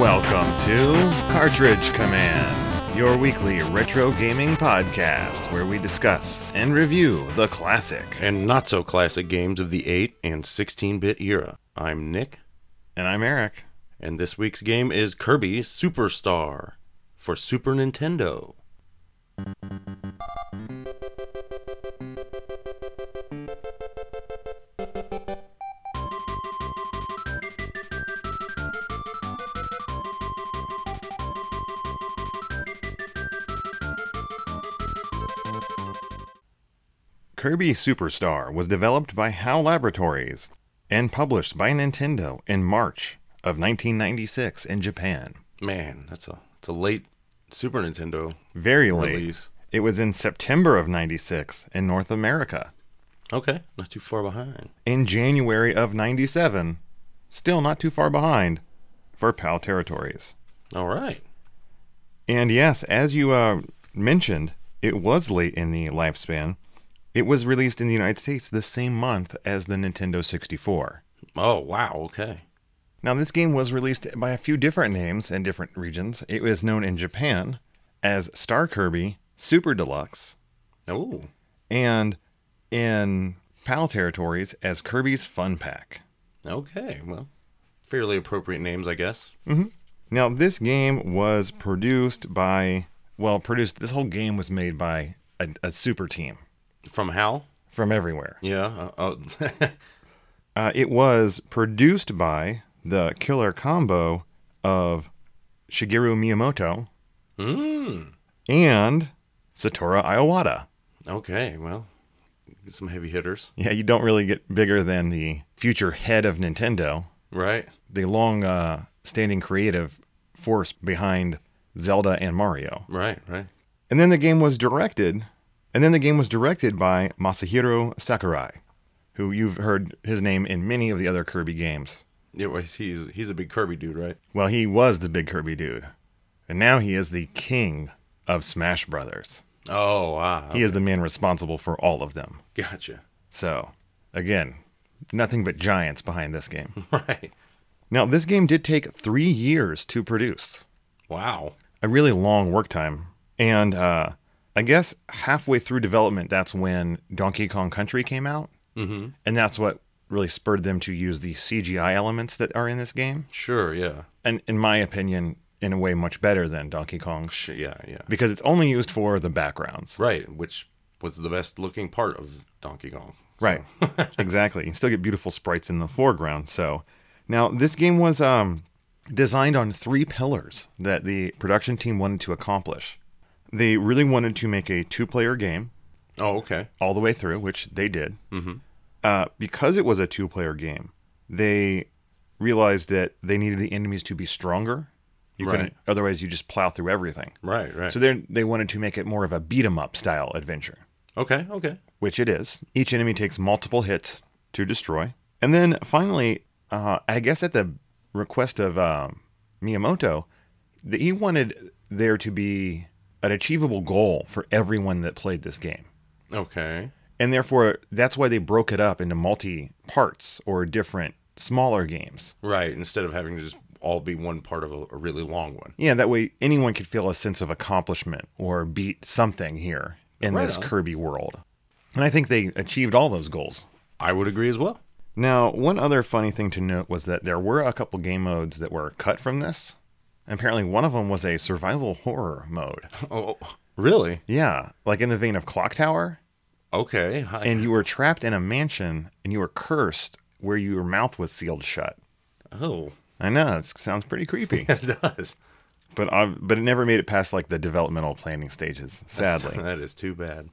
Welcome to Cartridge Command, your weekly retro gaming podcast where we discuss and review the classic. and not so classic games of the 8 and 16 bit era. I'm Nick, And I'm Eric. and this week's game is Kirby Superstar for Super Nintendo. Kirby Superstar was developed by HAL Laboratories and published by Nintendo in March of 1996 in Japan. Man, that's a, it's a late Super Nintendo Very late. release. It was in September of 96 in North America. Okay, not too far behind. In January of 97, still not too far behind, for PAL territories. All right. And yes, as you uh, mentioned, it was late in the lifespan. It was released in the United States the same month as the Nintendo 64. Oh, wow, okay. Now, this game was released by a few different names in different regions. It was known in Japan as Star Kirby Super Deluxe, Oh, and in PAL territories as Kirby's Fun Pack. okay. Well, fairly appropriate names, I guess. Now, this game was produced by, well, produced, this whole game was made by a, a super team From HAL? from everywhere. Yeah. Uh, oh, Uh, it was produced by the killer combo of Shigeru Miyamoto mm, and Satoru Iwata. okay, well, some heavy hitters, Yeah, you don't really get bigger than the future head of Nintendo, right? the long uh, standing creative force behind Zelda and Mario. Right, right. And then the game was directed, and then the game was directed by Masahiro Sakurai, who you've heard his name in many of the other Kirby games. Yeah, well, he's he's a big Kirby dude, right? Well, he was the big Kirby dude, and now he is the king of Smash Brothers. Oh, wow. He is the man responsible for all of them. Gotcha. So, again, nothing but giants behind this game. Right. now, this game did take three years to produce, Wow. a really long work time. And uh, I guess halfway through development, that's when Donkey Kong Country came out. Mm-hmm. And that's what really spurred them to use the CGI elements that are in this game. Sure. Yeah. And in my opinion, in a way, much better than Donkey Kong. Sh- Yeah. Yeah. because it's only used for the backgrounds. Right. Which was the best looking part of Donkey Kong. Right. exactly. You still get beautiful sprites in the foreground. So now this game was um, designed on three pillars that the production team wanted to accomplish. They really wanted to make a two player game Oh, okay. all the way through, which they did. Mm-hmm. Uh, because it was a two player game, they realized that they needed the enemies to be stronger. You Right. couldn't, otherwise, you just plow through everything. Right. Right. So then they wanted to make it more of a beat 'em up style adventure. okay. Okay. which it is. Each enemy takes multiple hits to destroy. And then finally, uh, I guess at the request of um, Miyamoto, that he wanted there to be an achievable goal for everyone that played this game. Okay. And therefore, that's why they broke it up into multi parts or different smaller games. Right. Instead of having to just all be one part of a, a really long one. Yeah, that way anyone could feel a sense of accomplishment or beat something here in Right this on. Kirby world. And I think they achieved all those goals. I would agree as well. Now, one other funny thing to note was that there were a couple game modes that were cut from this. Apparently, one of them was a survival horror mode. Oh, really? Yeah, like in the vein of Clock Tower. Okay. I, And you were trapped in a mansion and you were cursed where your mouth was sealed shut. oh, I know, it sounds pretty creepy. it does. but uh, but it never made it past like the developmental planning stages, sadly. that is too bad.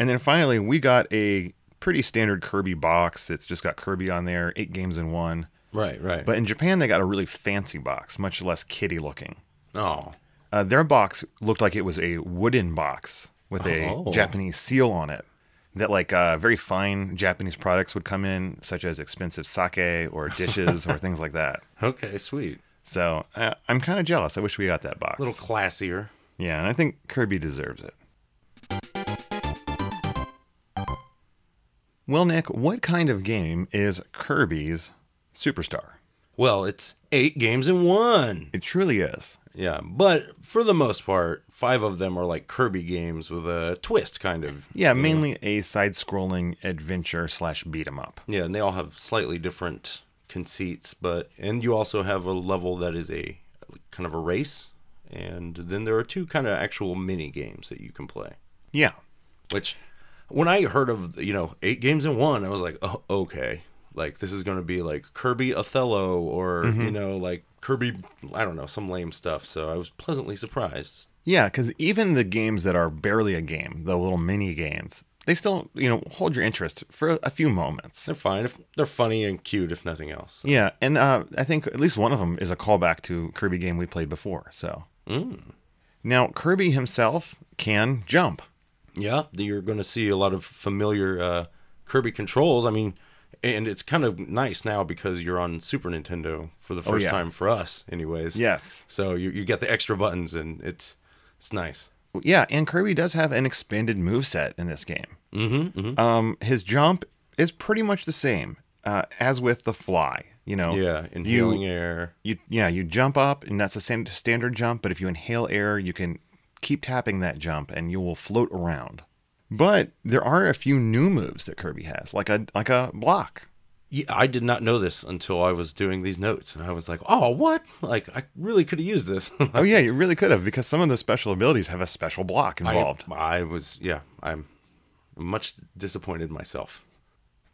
And then finally, we got a pretty standard Kirby box. It's just got Kirby on there, eight games in one. Right. Right. But in Japan, they got a really fancy box, much less kitty looking. oh, Uh, their box looked like it was a wooden box with a Oh. Japanese seal on it. That like uh, very fine Japanese products would come in, such as expensive sake or dishes or things like that. okay. Sweet. So uh, I'm kind of jealous. I wish we got that box. A little classier. Yeah, and I think Kirby deserves it. Well, Nick, what kind of game is Kirby's Superstar? Well, it's eight games in one. It truly is. Yeah, but for the most part, five of them are like Kirby games with a twist, kind of. Yeah, mainly a side-scrolling adventure slash beat 'em up. Yeah, and they all have slightly different conceits, but and you also have a level that is a kind of a race, and then there are two kind of actual mini games that you can play. Yeah, Which, when I heard of you know eight games in one, I was like, oh, okay, like this is going to be like Kirby Othello or you know like Kirby, I don't know, some lame stuff. So I was pleasantly surprised. yeah, because even the games that are barely a game, the little mini games, they still you know hold your interest for a few moments. They're fine. If, they're funny and cute, if nothing else. Yeah, and uh, I think at least one of them is a callback to Kirby game we played before. So now Kirby himself can jump. Yeah, that you're going to see a lot of familiar uh, Kirby controls. I mean, and it's kind of nice now because you're on Super Nintendo for the first Oh, yeah. time for us, anyways. Yes. So you you get the extra buttons, and it's it's nice. Yeah, and Kirby does have an expanded moveset in this game. Mm-hmm, Um, his jump is pretty much the same uh, as with the fly. You know. Yeah, Oh. You- inhaling air. you yeah you jump up and that's a stan- standard jump but if you inhale air you can keep tapping that jump and you will float around but there are a few new moves that kirby has like a like a block Yeah, I did not know this until I was doing these notes, and I was like, "Oh, what? Like, I really could have used this." oh yeah you really could have because some of the special abilities have a special block I, involved I was, yeah, I'm much disappointed myself.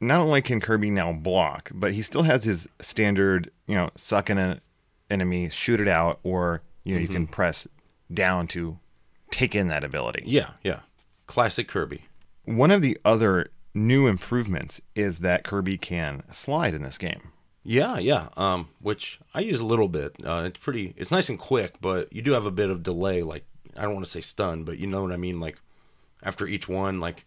not only can kirby now block but he still has his standard you know suck in an enemy shoot it out or you know you can press down to take in that ability Yeah, yeah, classic Kirby. One of the other new improvements is that Kirby can slide in this game. Yeah, yeah. Um, which I use a little bit. Uh, it's pretty. It's nice and quick, but you do have a bit of delay. Like I don't want to say stun, but you know what I mean. Like after each one, like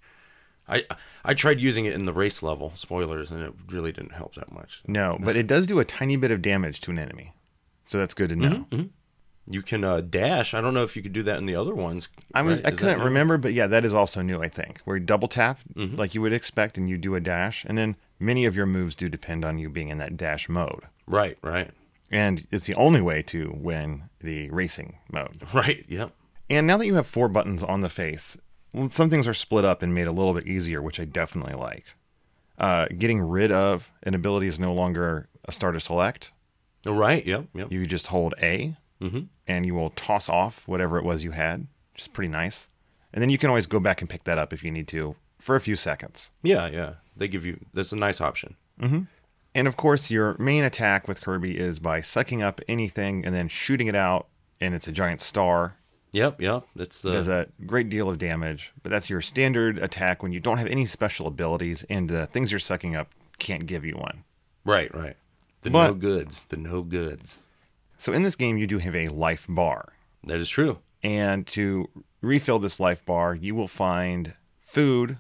I I tried using it in the race level. Spoilers, and it really didn't help that much. No, but it does do a tiny bit of damage to an enemy. So that's good to know. You can uh, dash. I don't know if you could do that in the other ones. I was right? I Is that couldn't new? remember, but yeah, that is also new, I think. Where you double tap like you would expect and you do a dash, and then many of your moves do depend on you being in that dash mode. Right, right, And it's the only way to win the racing mode. right. Yep. And now that you have four buttons on the face, well, some things are split up and made a little bit easier, which I definitely like. Uh, getting rid of an ability is no longer a starter select. Right. Yep. Yep. You just hold A, and you will toss off whatever it was you had, which is pretty nice. And then you can always go back and pick that up if you need to for a few seconds. Yeah. Yeah. They give you. That's a nice option. And of course, your main attack with Kirby is by sucking up anything and then shooting it out, and it's a giant star, Yep. Yep. That's uh, the. does a great deal of damage, but that's your standard attack when you don't have any special abilities and the things you're sucking up can't give you one. Right. Right. The But- no goods. The no goods. So in this game, you do have a life bar. That is true. And to refill this life bar, you will find food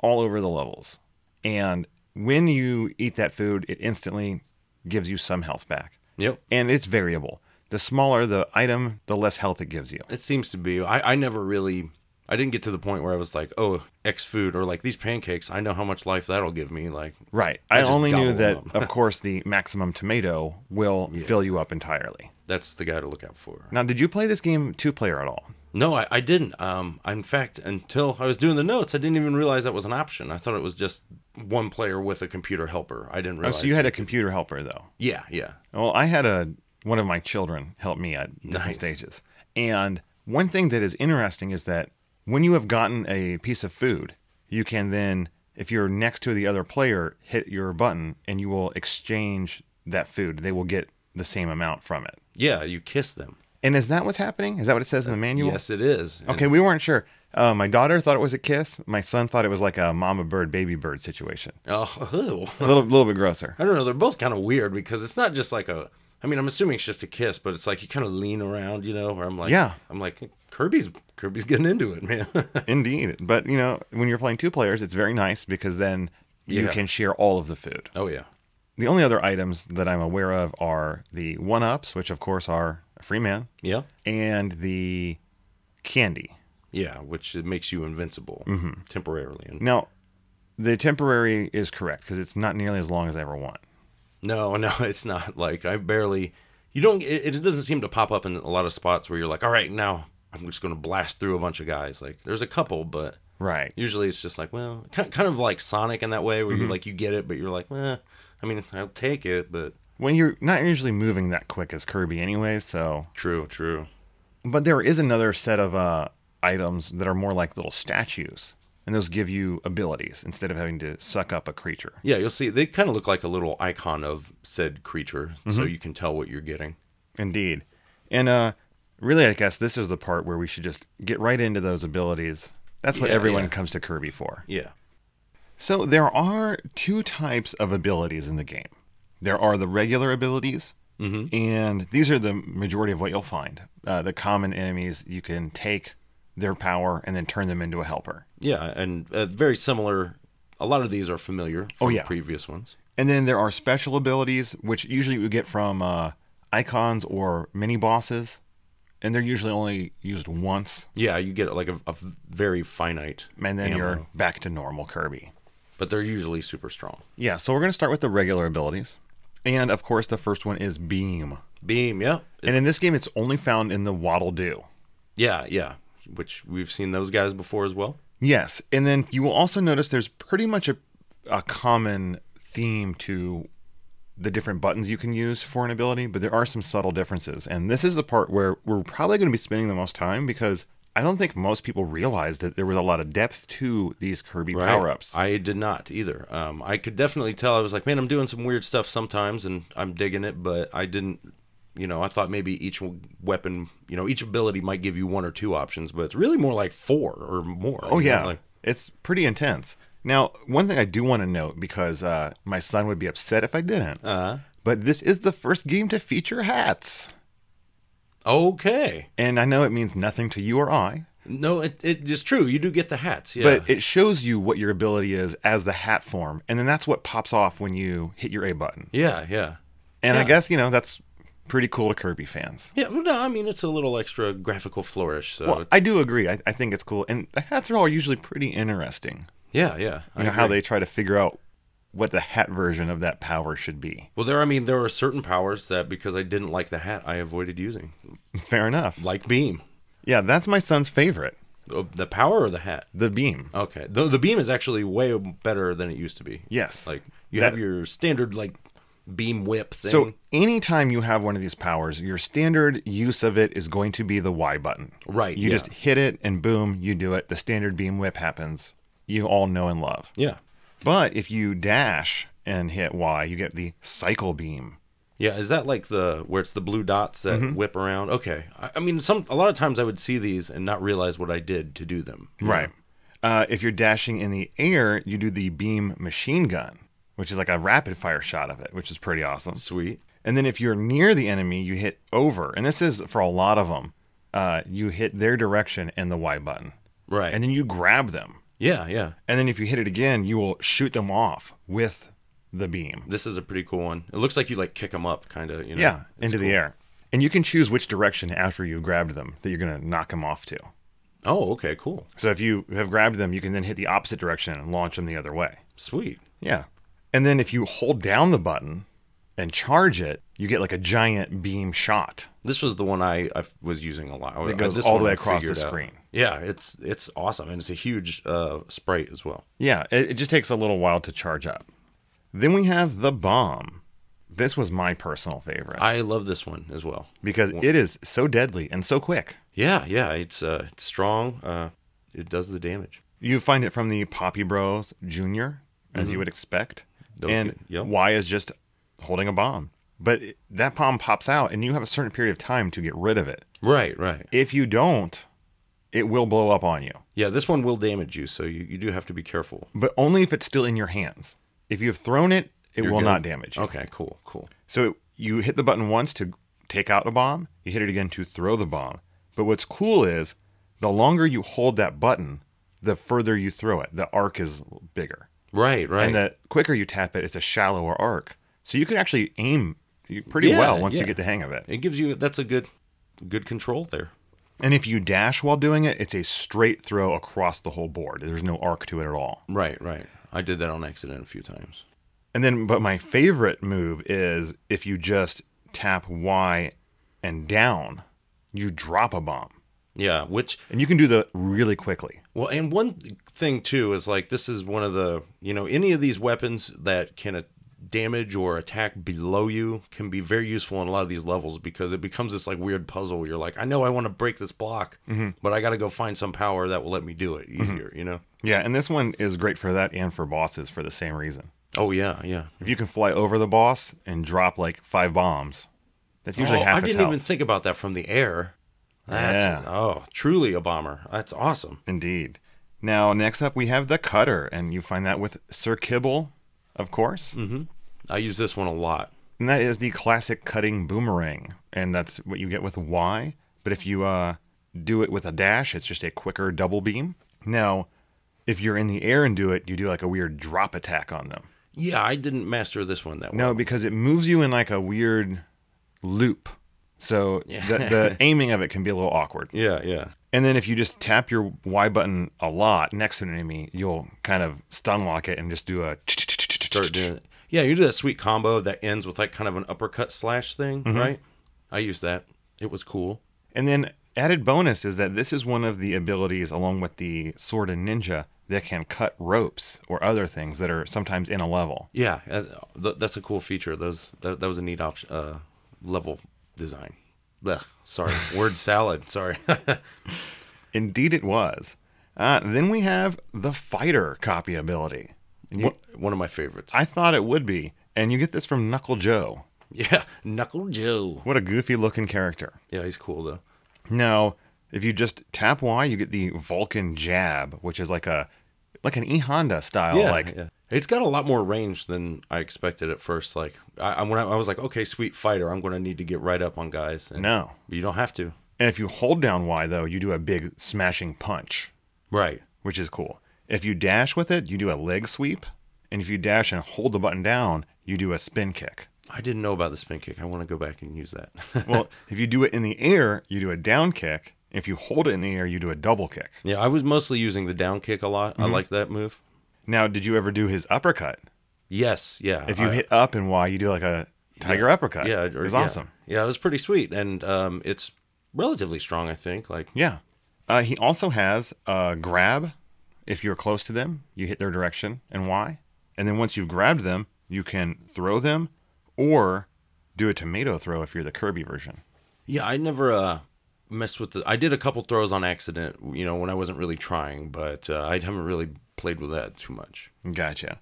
all over the levels. And when you eat that food, it instantly gives you some health back. Yep. And it's variable. The smaller the item, the less health it gives you. It seems to be. I, I never really. I didn't get to the point where I was like, oh, X food or like these pancakes. I know how much life that'll give me. Like, Right. I, just only knew gobble that, them of course, the maximum tomato will fill you up entirely. that's the guy to look out for. Now, did you play this game two player at all? No, I, I didn't. Um, in fact, until I was doing the notes, I didn't even realize that was an option. I thought it was just one player with a computer helper. I didn't Oh, realize. so you had a computer helper though. Yeah, yeah. Well, I had a one of my children help me at different Nice. stages. And one thing that is interesting is that when you have gotten a piece of food, you can then, if you're next to the other player, hit your button and you will exchange that food. They will get the same amount from it. Yeah, you kiss them. And is that what's happening? Is that what it says in the manual? Yes, it is. And- Okay, we weren't sure. Uh, my daughter thought it was a kiss. My son thought it was like a mama bird, baby bird situation. Oh, A little, little bit grosser. I don't know. They're both kind of weird because it's not just like a. I mean, I'm assuming it's just a kiss, but it's like you kind of lean around, you know. Where I'm like, Yeah. I'm like Kirby's Kirby's getting into it, man. Indeed. But, you know, when you're playing two players, it's very nice because then you Yeah. can share all of the food. oh yeah, The only other items that I'm aware of are the one ups, which of course are a free man, yeah, and the candy. yeah. Which it makes you invincible temporarily. And Now, the temporary is correct because it's not nearly as long as I ever want. No, no, it's not. Like I barely, you don't. It, it doesn't seem to pop up in a lot of spots where you're like, all right, now I'm just gonna blast through a bunch of guys. Like there's a couple, but Right. usually it's just like, well, kind kind of like Sonic in that way, where you like you get it, but you're like, eh, I mean, I'll take it, but When you're not usually moving that quick as Kirby anyway, so true, true. but there is another set of uh items that are more like little statues. And those give you abilities instead of having to suck up a creature. Yeah, you'll see. They kind of look like a little icon of said creature, so Mm-hmm. you can tell what you're getting. Indeed. And uh really I guess this is the part where we should just get right into those abilities. That's what Yeah, everyone yeah. comes to Kirby for. Yeah. So there are two types of abilities in the game. There are the regular abilities, Mm-hmm. and these are the majority of what you'll find. Uh, the common enemies you can take their power and then turn them into a helper. Yeah, and uh, very similar. A lot of these are familiar Oh, from yeah. previous ones. And then there are special abilities, which usually you get from uh, icons or mini bosses, and they're usually only used once, Yeah, you get like a, a very finite. and then ammo, you're back to normal Kirby. But they're usually super strong. Yeah, so we're going to start with the regular abilities. And of course, the first one is Beam. Beam, yeah, And in this game, it's only found in the Waddle Doo. yeah, yeah. Which we've seen those guys before as well. Yes, and then you will also notice there's pretty much a, a common theme to the different buttons you can use for an ability, but there are some subtle differences. And this is the part where we're probably going to be spending the most time because I don't think most people realize that there was a lot of depth to these Kirby Right. power ups. I did not either. Um, I could definitely tell. I was like, man, I'm doing some weird stuff sometimes, and I'm digging it. But I didn't, you know, I thought maybe each weapon, you know, each ability might give you one or two options, but it's really more like four or more. Oh, you know, yeah. like- it's pretty intense. Now, one thing I do want to note because uh, my son would be upset if I didn't, Uh-huh. but this is the first game to feature hats. okay. And I know it means nothing to you or I, No, it, it is true. You do get the hats. Yeah. but it shows you what your ability is as the hat form and then that's what pops off when you hit your a button yeah, yeah. and i Yeah. guess you know that's pretty cool to kirby fans Yeah, well, no, I mean it's a little extra graphical flourish. So well i do agree I, I think it's cool and the hats are all usually pretty interesting yeah, yeah. you know how they try to figure out what the hat version of that power should be Well, there. I mean, there are certain powers that because I didn't like the hat, I avoided using, fair enough like beam. yeah that's my son's favorite Oh, The the power or the hat? the beam Okay. The, the beam is actually way better than it used to be. yes Like you That- have your standard like beam whip thing. so anytime you have one of these powers your standard use of it is going to be the y button right. You yeah. just hit it and boom, you do it. The standard beam whip happens. You all know and love. yeah. But if you dash and hit Y, you get the cycle beam. Yeah, is that like the where it's the blue dots that Mm-hmm. whip around? Okay, I, I mean, some a lot of times I would see these and not realize what I did to do them. you know? Uh, if you're dashing in the air, you do the beam machine gun, which is like a rapid fire shot of it, which is pretty awesome. Sweet. And then if you're near the enemy, you hit over. And this is for a lot of them. Uh, you hit their direction and the Y button. Right. And then you grab them. yeah, yeah. And then if you hit it again, you will shoot them off with the beam. This is a pretty cool one. It looks like you like kick them up, kind of. You know? Yeah, It's into the cool. air. And you can choose which direction after you grabbed them that you're going to knock them off to. Oh, okay, cool, So if you have grabbed them, you can then hit the opposite direction and launch them the other way. sweet. Yeah. And then if you hold down the button and charge it, you get like a giant beam shot. This was the one I, I was using a lot. I- That goes uh, this all the one way I across the figured out. screen. Yeah, it's it's awesome, and it's a huge uh, sprite as well. Yeah, it, it just takes a little while to charge up. Then we have the bomb. This was my personal favorite I love this one as well. because it is so deadly and so quick. Yeah, yeah, it's uh, it's strong. Uh, it does the damage. You find it from the Poppy Bros Junior, as Mm-hmm. you would expect. Those and get- yep. Y is just holding a bomb, but it- that bomb pops out, and you have a certain period of time to get rid of it. Right, right. If you don't, it will blow up on you, Yeah, this one will damage you, so you, you do have to be careful. but only if it's still in your hands. If you have thrown it, it will good. not damage you. Okay, cool, cool. So you hit the button once to take out a bomb, you hit it again to throw the bomb. But what's cool is the longer you hold that button, the further you throw it. The arc is bigger. Right, right. and the quicker you tap it, it's a shallower arc. So you can actually aim you- pretty Yeah, well once you yeah. get the hang of it. it gives you that's a good good control there. And if you dash while doing it, it's a straight throw across the whole board. There's no arc to it at all. Right, right. I did that on accident a few times. And then, but my favorite move is if you just tap Y and down, you drop a bomb. Yeah, which And you can do that really quickly. well, and one thing too is like this is one of the you know any of these weapons that can a- damage or attack below you can be very useful in a lot of these levels because it becomes this like weird puzzle. Where you're like, I know I want to break this block, Mm-hmm. but I got to go find some power that will let me do it easier. You know? Yeah, and this one is great for that and for bosses for the same reason. Oh yeah, yeah. If you can fly over the boss and drop like five bombs, that's usually Oh, half I its didn't health. even think about that from the air. That's Yeah. oh, truly a bomber. That's awesome. Indeed. Now, next up, we have the cutter, and you find that with Sir Kibble, of course. I use this one a lot. And that is the classic cutting boomerang, and that's what you get with Y. But if you uh, do it with a dash, it's just a quicker double beam. Now, if you're in the air and do it, you do like a weird drop attack on them. Yeah, I didn't master this one that well. No, because it moves you in like a weird loop. So the, the aiming of it can be a little awkward. Yeah, yeah. And then if you just tap your Y button a lot next to an enemy, you'll kind of stun lock it and just do a. Start doing it. Yeah, you do that sweet combo that ends with like kind of an uppercut slash thing, Mm-hmm. right? I used that. It was cool. And then added bonus is that this is one of the abilities, along with the sword and ninja, that can cut ropes or other things that are sometimes in a level. Yeah, uh, th- that's a cool feature. Those that, that was a neat option uh, level design. Blech, sorry, word salad. Sorry. Indeed, it was. Uh, then we have the fighter copy ability. one of my favorites. I thought it would be, and you get this from Knuckle Joe. yeah, Knuckle Joe. What a goofy looking character. Yeah, he's cool though. Now, if you just tap Y, you get the Vulcan jab, which is like a like an E Honda style. yeah, like yeah. it's got a lot more range than I expected at first. Like I, I when I, I was like, okay, sweet fighter, I'm going to need to get right up on guys. And no. you don't have to. And if you hold down Y though, you do a big smashing punch, Right. which is cool. If you dash with it, you do a leg sweep, and if you dash and hold the button down, you do a spin kick. I didn't know about the spin kick. I want to go back and use that. Well, if you do it in the air, you do a down kick. If you hold it in the air, you do a double kick. yeah, I was mostly using the down kick a lot. Mm-hmm. I like that move. Now, did you ever do his uppercut? Yes. Yeah. If you I- hit up and Y, you do like a tiger uppercut. yeah, it or- was yeah. awesome. Yeah, it was pretty sweet, and um, it's relatively strong. I think. Like, Yeah. Uh, he also has uh, grab. If you're close to them, you hit their direction and Y. And then once you've grabbed them, you can throw them or do a tomato throw if you're the Kirby version. yeah, I never uh messed with the. I did a couple throws on accident. You know, when I wasn't really trying, but uh, I haven't really played with that too much. Gotcha.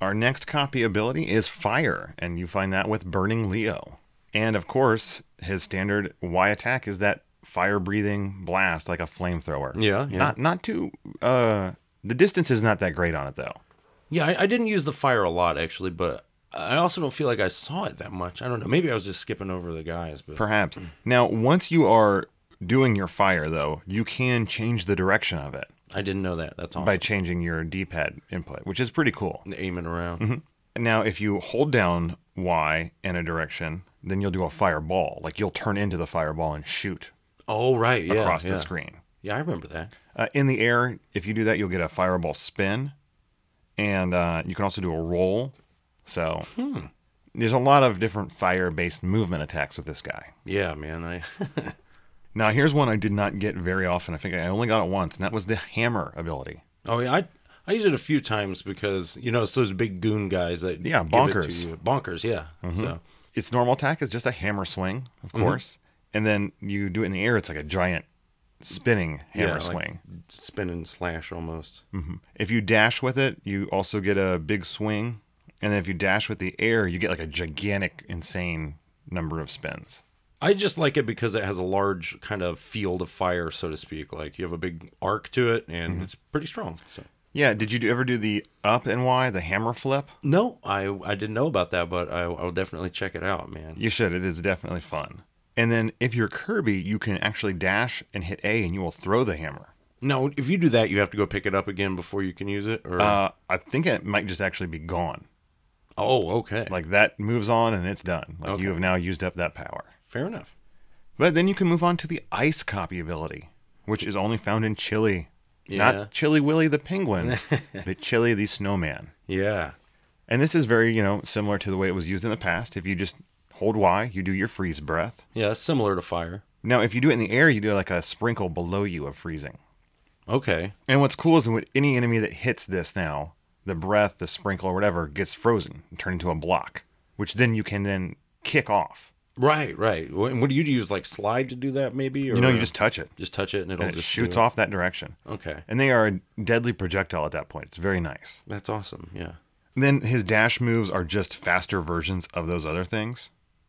Our next copy ability is fire, and you find that with Burning Leo. And of course, his standard Y attack is that fire breathing blast like a flamethrower. Yeah, yeah. Not not too uh the distance is not that great on it though. Yeah, I, I didn't use the fire a lot actually, but I also don't feel like I saw it that much. I don't know. Maybe I was just skipping over the guys, but Perhaps. Now, once you are doing your fire, though, you can change the direction of it I didn't know that. That's awesome. by changing your D pad input, which is pretty cool. Aiming around. Now, if you hold down Y in a direction, then you'll do a fireball. Like you'll turn into the fireball and shoot Oh right, yeah, across yeah. the screen. Yeah, I remember that. Uh, in the air, if you do that, you'll get a fireball spin. And uh, you can also do a roll. So Hmm. there's a lot of different fire based movement attacks with this guy. Yeah, man. I Now, here's one I did not get very often. I think I only got it once, and that was the hammer ability. oh yeah, I I used it a few times because you know it's those big goon guys that Yeah, give it to bonkers. Mm-hmm. you. bonkers. Yeah. So Its normal attack is just a hammer swing, of Mm-hmm. course, and then you do it in the air. It's like a giant spinning hammer yeah, like swing. Mm-hmm. spin and slash almost. If you dash with it, you also get a big swing, and then if you dash with the air, you get like a gigantic, insane number of spins. I just like it because it has a large kind of field of fire, so to speak. Like you have a big arc to it, and Mm-hmm. it's pretty strong. So. Yeah, did you do- ever do the up and Y, the hammer flip? No, I I didn't know about that, but I, I'll definitely check it out, man. You should. It is definitely fun. And then if you're Kirby, you can actually dash and hit A, and you will throw the hammer. No, if you do that, you have to go pick it up again before you can use it. Or Uh, I think it might just actually be gone. oh, okay, Like that moves on and it's done. Like Okay. you have now used up that power. fair enough. But then you can move on to the ice copy ability, which is only found in Chile. Yeah. Not Chili Willy the penguin, but Chili the snowman. Yeah, And this is very, you know, similar to the way it was used in the past. If you just hold Y, you do your freeze breath. Yeah, it's similar to fire. Now, if you do it in the air, you do like a sprinkle below you of freezing. Okay. And what's cool is when any enemy that hits this now, the breath, the sprinkle, or whatever, gets frozen and turned into a block, which then you can then kick off. Right, right. Wh- and What do you use? Like slide to do that, maybe? Or You know, you just touch it, just touch it and it'll and it just shoots do it? off that direction. Okay, And they are a deadly projectile at that point. It's very nice. that's awesome. Yeah. Then his dash moves are just faster versions of those other things.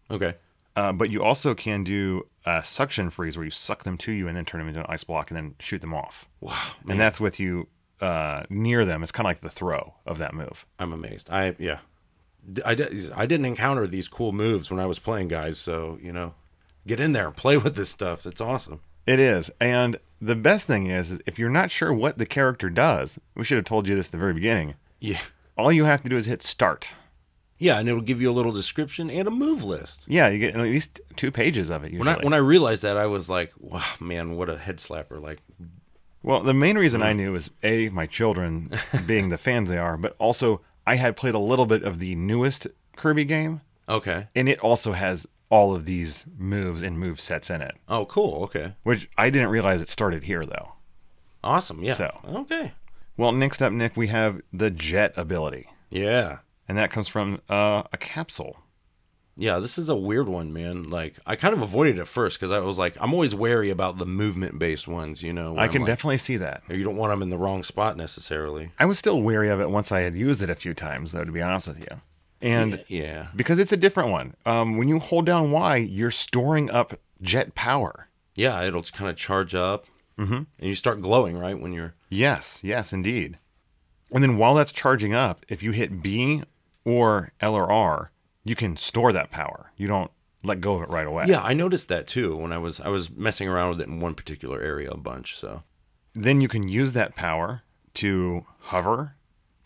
Okay. Uh, but you also can do a suction freeze where you suck them to you and then turn them into an ice block and then shoot them off. Wow, And that's with you uh, near them. It's kind of like the throw of that move. I'm amazed. I yeah. D- I, di- I didn't encounter these cool moves when I was playing, guys. So you know, get in there, play with this stuff. It's awesome. It is. And the best thing is, is if you're not sure what the character does, we should have told you this at the very beginning. Yeah, All you have to do is hit start. yeah, and it'll give you a little description and a move list. Yeah, you get at least two pages of it usually. When I when I realized that, I was like, wow, man, what a head slapper! Like, Well, the main reason I knew is A, my children being the fans they are, but also I had played a little bit of the newest Kirby game, okay, and it also has all of these moves and move sets in it, oh, cool, okay, which I didn't realize it started here though. awesome, yeah, So. okay, Well, next up, Nick, we have the jet ability, yeah, and that comes from uh, a capsule. yeah. This is a weird one, man. Like, I kind of avoided it at first because I was like, I'm always wary about the movement based ones. You know, where I I'm can like, definitely see that. you don't want them in the wrong spot necessarily. I was still wary of it once I had used it a few times, though, to be honest with you. And Yeah. because it's a different one, um, when you hold down Y, you're storing up jet power. Yeah, it'll kind of charge up, mm-hmm. and you start glowing right when you're. Yes, yes, indeed. And then while that's charging up, if you hit B or L or R, you can store that power. You don't let go of it right away. Yeah, I noticed that too when I was I was messing around with it in one particular area a bunch. So Then you can use that power to hover,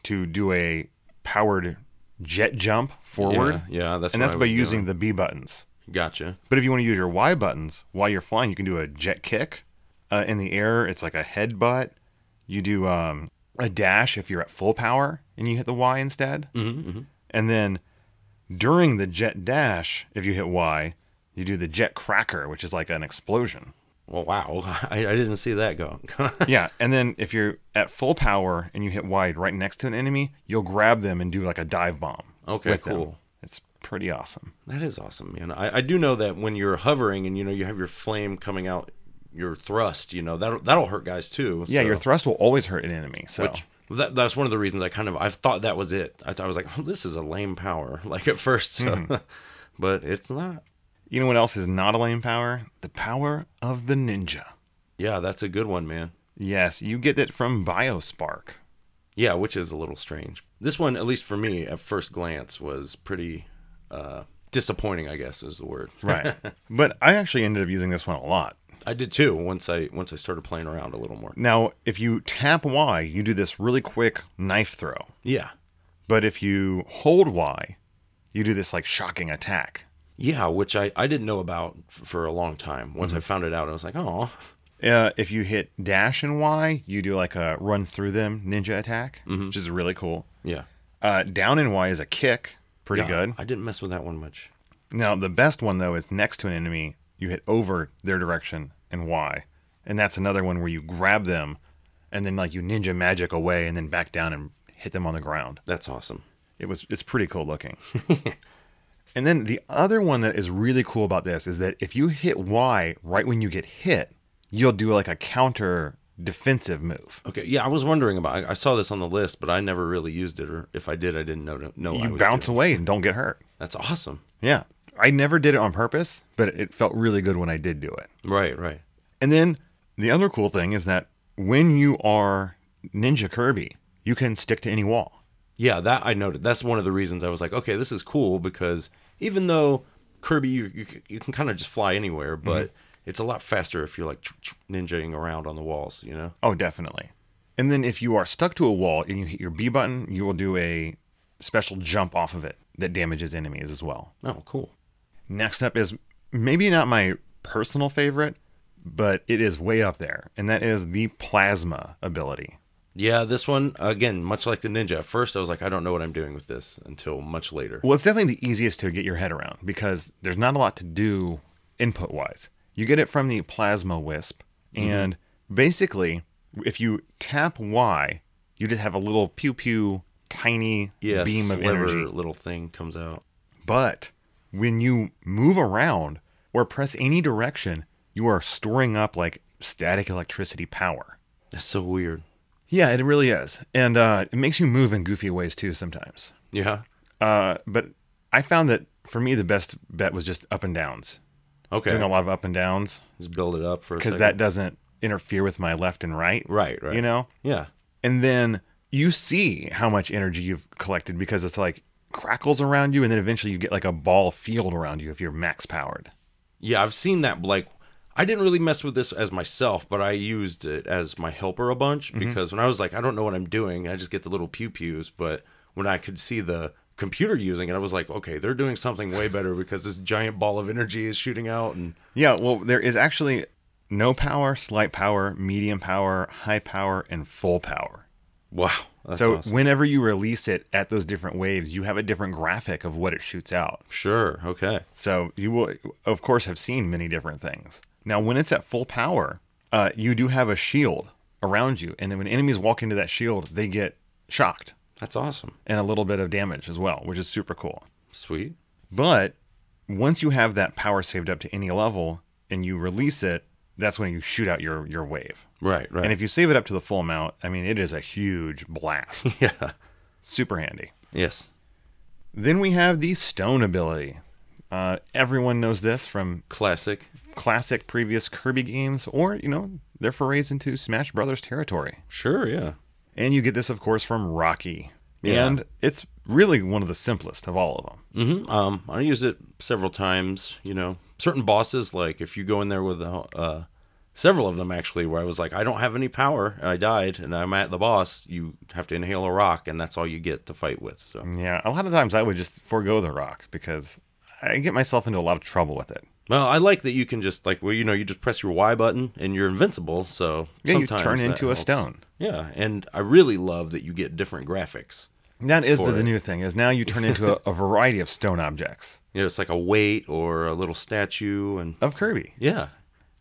to do a powered jet jump forward. Yeah, yeah, that's and what that's I by was using the B buttons. gotcha. But if you want to use your Y buttons while you're flying, you can do a jet kick uh, in the air. It's like a headbutt. You do um, a dash if you're at full power and you hit the Y instead. Mm-hmm, And then during the jet dash, if you hit Y, you do the jet cracker, which is like an explosion. Well, wow, I, I didn't see that go. yeah. And then if you're at full power and you hit Y right next to an enemy, you'll grab them and do like a dive bomb. Okay, with them. cool. It's pretty awesome. that is awesome, man. I, I do know that when you're hovering and you know you have your flame coming out your thrust, you know that will that'll hurt guys too. Yeah, so- your thrust will always hurt an enemy. So Which, that, that's one of the reasons I kind of I thought that was it. I thought I was like, oh, this is a lame power, like at first, so. Mm-hmm. but it's not. You know what else is not a lame power? The power of the ninja. Yeah, that's a good one, man. Yes, you get it from Biospark. Yeah, which is a little strange. This one, at least for me, at first glance, was pretty uh, disappointing. I guess is the word. Right. but I actually ended up using this one a lot. I did too once I once I started playing around a little more. Now, if you tap Y, you do this really quick knife throw. Yeah, But if you hold Y, you do this like shocking attack. yeah, which I I didn't know about f- for a long time. Once I found it out, I was like, oh, Uh, if you hit dash and Y, you do like a run through them ninja attack, which is really cool. yeah, Uh, down and Y is a kick, pretty Yeah, good. I didn't mess with that one much. Now, the best one though is next to an enemy, you hit over their direction and Y. And that's another one where you grab them and then like you ninja magic away and then back down and hit them on the ground. That's awesome. It was it's pretty cool looking. and then the other one that is really cool about this is that if you hit Y right when you get hit, you'll do like a counter defensive move. Okay, yeah, I was wondering about. I, I saw this on the list, but I never really used it, or if I did, I didn't know. No, I You was bounce doing- away and don't get hurt. That's awesome. Yeah. I never did it on purpose, but it felt really good when I did do it. Right, right. And then the other cool thing is that when you are Ninja Kirby, you can stick to any wall. Yeah, that I noted. That's one of the reasons I was like, okay, this is cool because even though Kirby, you you, c- you can kind of just fly anywhere, but it's a lot faster if you're like ch- ch- ninjaing around on the walls, you know? Oh, definitely. And then if you are stuck to a wall and you hit your B button, you will do a special jump off of it that damages enemies as well. Oh, cool. Next up is maybe not my personal favorite, but it is way up there, and that is the plasma ability. Yeah, this one again, much like the ninja. At first, I was like, I don't know what I'm doing with this until much later. Well, it's definitely the easiest to get your head around because there's not a lot to do input wise. You get it from the plasma wisp, and basically, if you tap Y, you just have a little pew pew tiny Yeah, beam of sliver energy. little thing comes out. But when you move around or press any direction, you are storing up like static electricity power. That's so weird. Yeah, it really is. And uh, it makes you move in goofy ways too sometimes. Yeah. Uh, but I found that for me, the best bet was just up and downs, Okay. doing a lot of up and downs Just build it up for a because second. that doesn't interfere with my left and right. Right. Right. You know? Yeah. And then you see how much energy you've collected because it's like crackles around you. And then eventually you get like a ball field around you if you're max powered. Yeah, I've seen that. Like, I didn't really mess with this as myself, but I used it as my helper a bunch Mm-hmm. because when I was like, I don't know what I'm doing, I just get the little pew pews. But when I could see the computer using it, I was like, okay, they're doing something way better because this giant ball of energy is shooting out. And Yeah, well, there is actually no power, slight power, medium power, high power, and full power. wow, that's so awesome. whenever you release it at those different waves, you have a different graphic of what it shoots out. sure, okay, So you will, of course, have seen many different things. Now, when it's at full power, uh, you do have a shield around you, and then when enemies walk into that shield, they get shocked that's awesome, and a little bit of damage as well, which is super cool. sweet. But once you have that power saved up to any level and you release it, that's when you shoot out your your wave. Right, right. And if you save it up to the full amount, I mean, it is a huge blast. yeah, Super handy. yes, Then we have the stone ability. Uh, everyone knows this from classic. classic previous Kirby games, or you know, their forays into Smash Brothers territory. Sure, yeah, And you get this, of course, from Rocky. Yeah. And it's really one of the simplest of all of them. hmm Um, I used it several times. You know, certain bosses, like if you go in there with a, uh, several of them actually, where I was like, I don't have any power, and I died, and I'm at the boss. You have to inhale a rock, and that's all you get to fight with. So Yeah, a lot of times I would just forego the rock because I get myself into a lot of trouble with it. Well, I like that you can just like well, you know, you just press your Y button and you're invincible. So Yeah, you sometimes turn that into a helps. stone. Yeah, and I really love that you get different graphics. That is For the, the it. new thing is now you turn into a, a variety of stone objects You know, it's like a weight or a little statue, and of Kirby. yeah,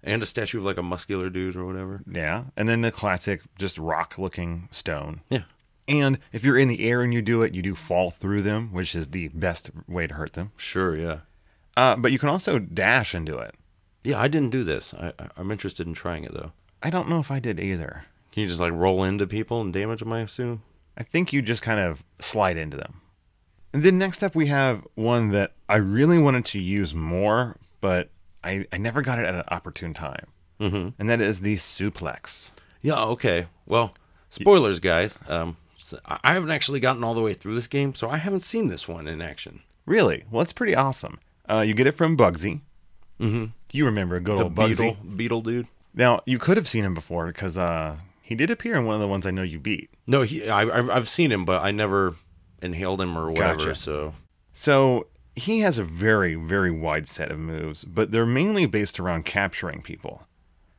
and a statue of like a muscular dude or whatever. Yeah, and then the classic just rock-looking stone. Yeah. And if you're in the air and you do it, you do fall through them, which is the best way to hurt them. Sure, yeah. Uh, but you can also dash and do it. Yeah, I didn't do this. I, I- I'm interested in trying it though. I don't know if I did either. Can you just like roll into people and damage them? I assume. I think you just kind of slide into them. And then next up, we have one that I really wanted to use more, but I, I never got it at an opportune time. Mm-hmm. And that is the suplex. Yeah. Okay. Well, spoilers, guys. Um, s- I I haven't actually gotten all the way through this game, so I haven't seen this one in action. Really? Well, it's pretty awesome. Uh, you get it from Bugsy. Mm-hmm. You remember good The old Bugsy. beetle, beetle dude. Now, you could have seen him before because uh, he did appear in one of the ones I know you beat. No, he. I, I've, I've seen him, but I never inhaled him or whatever. Gotcha. So So he has a very, very wide set of moves, but they're mainly based around capturing people.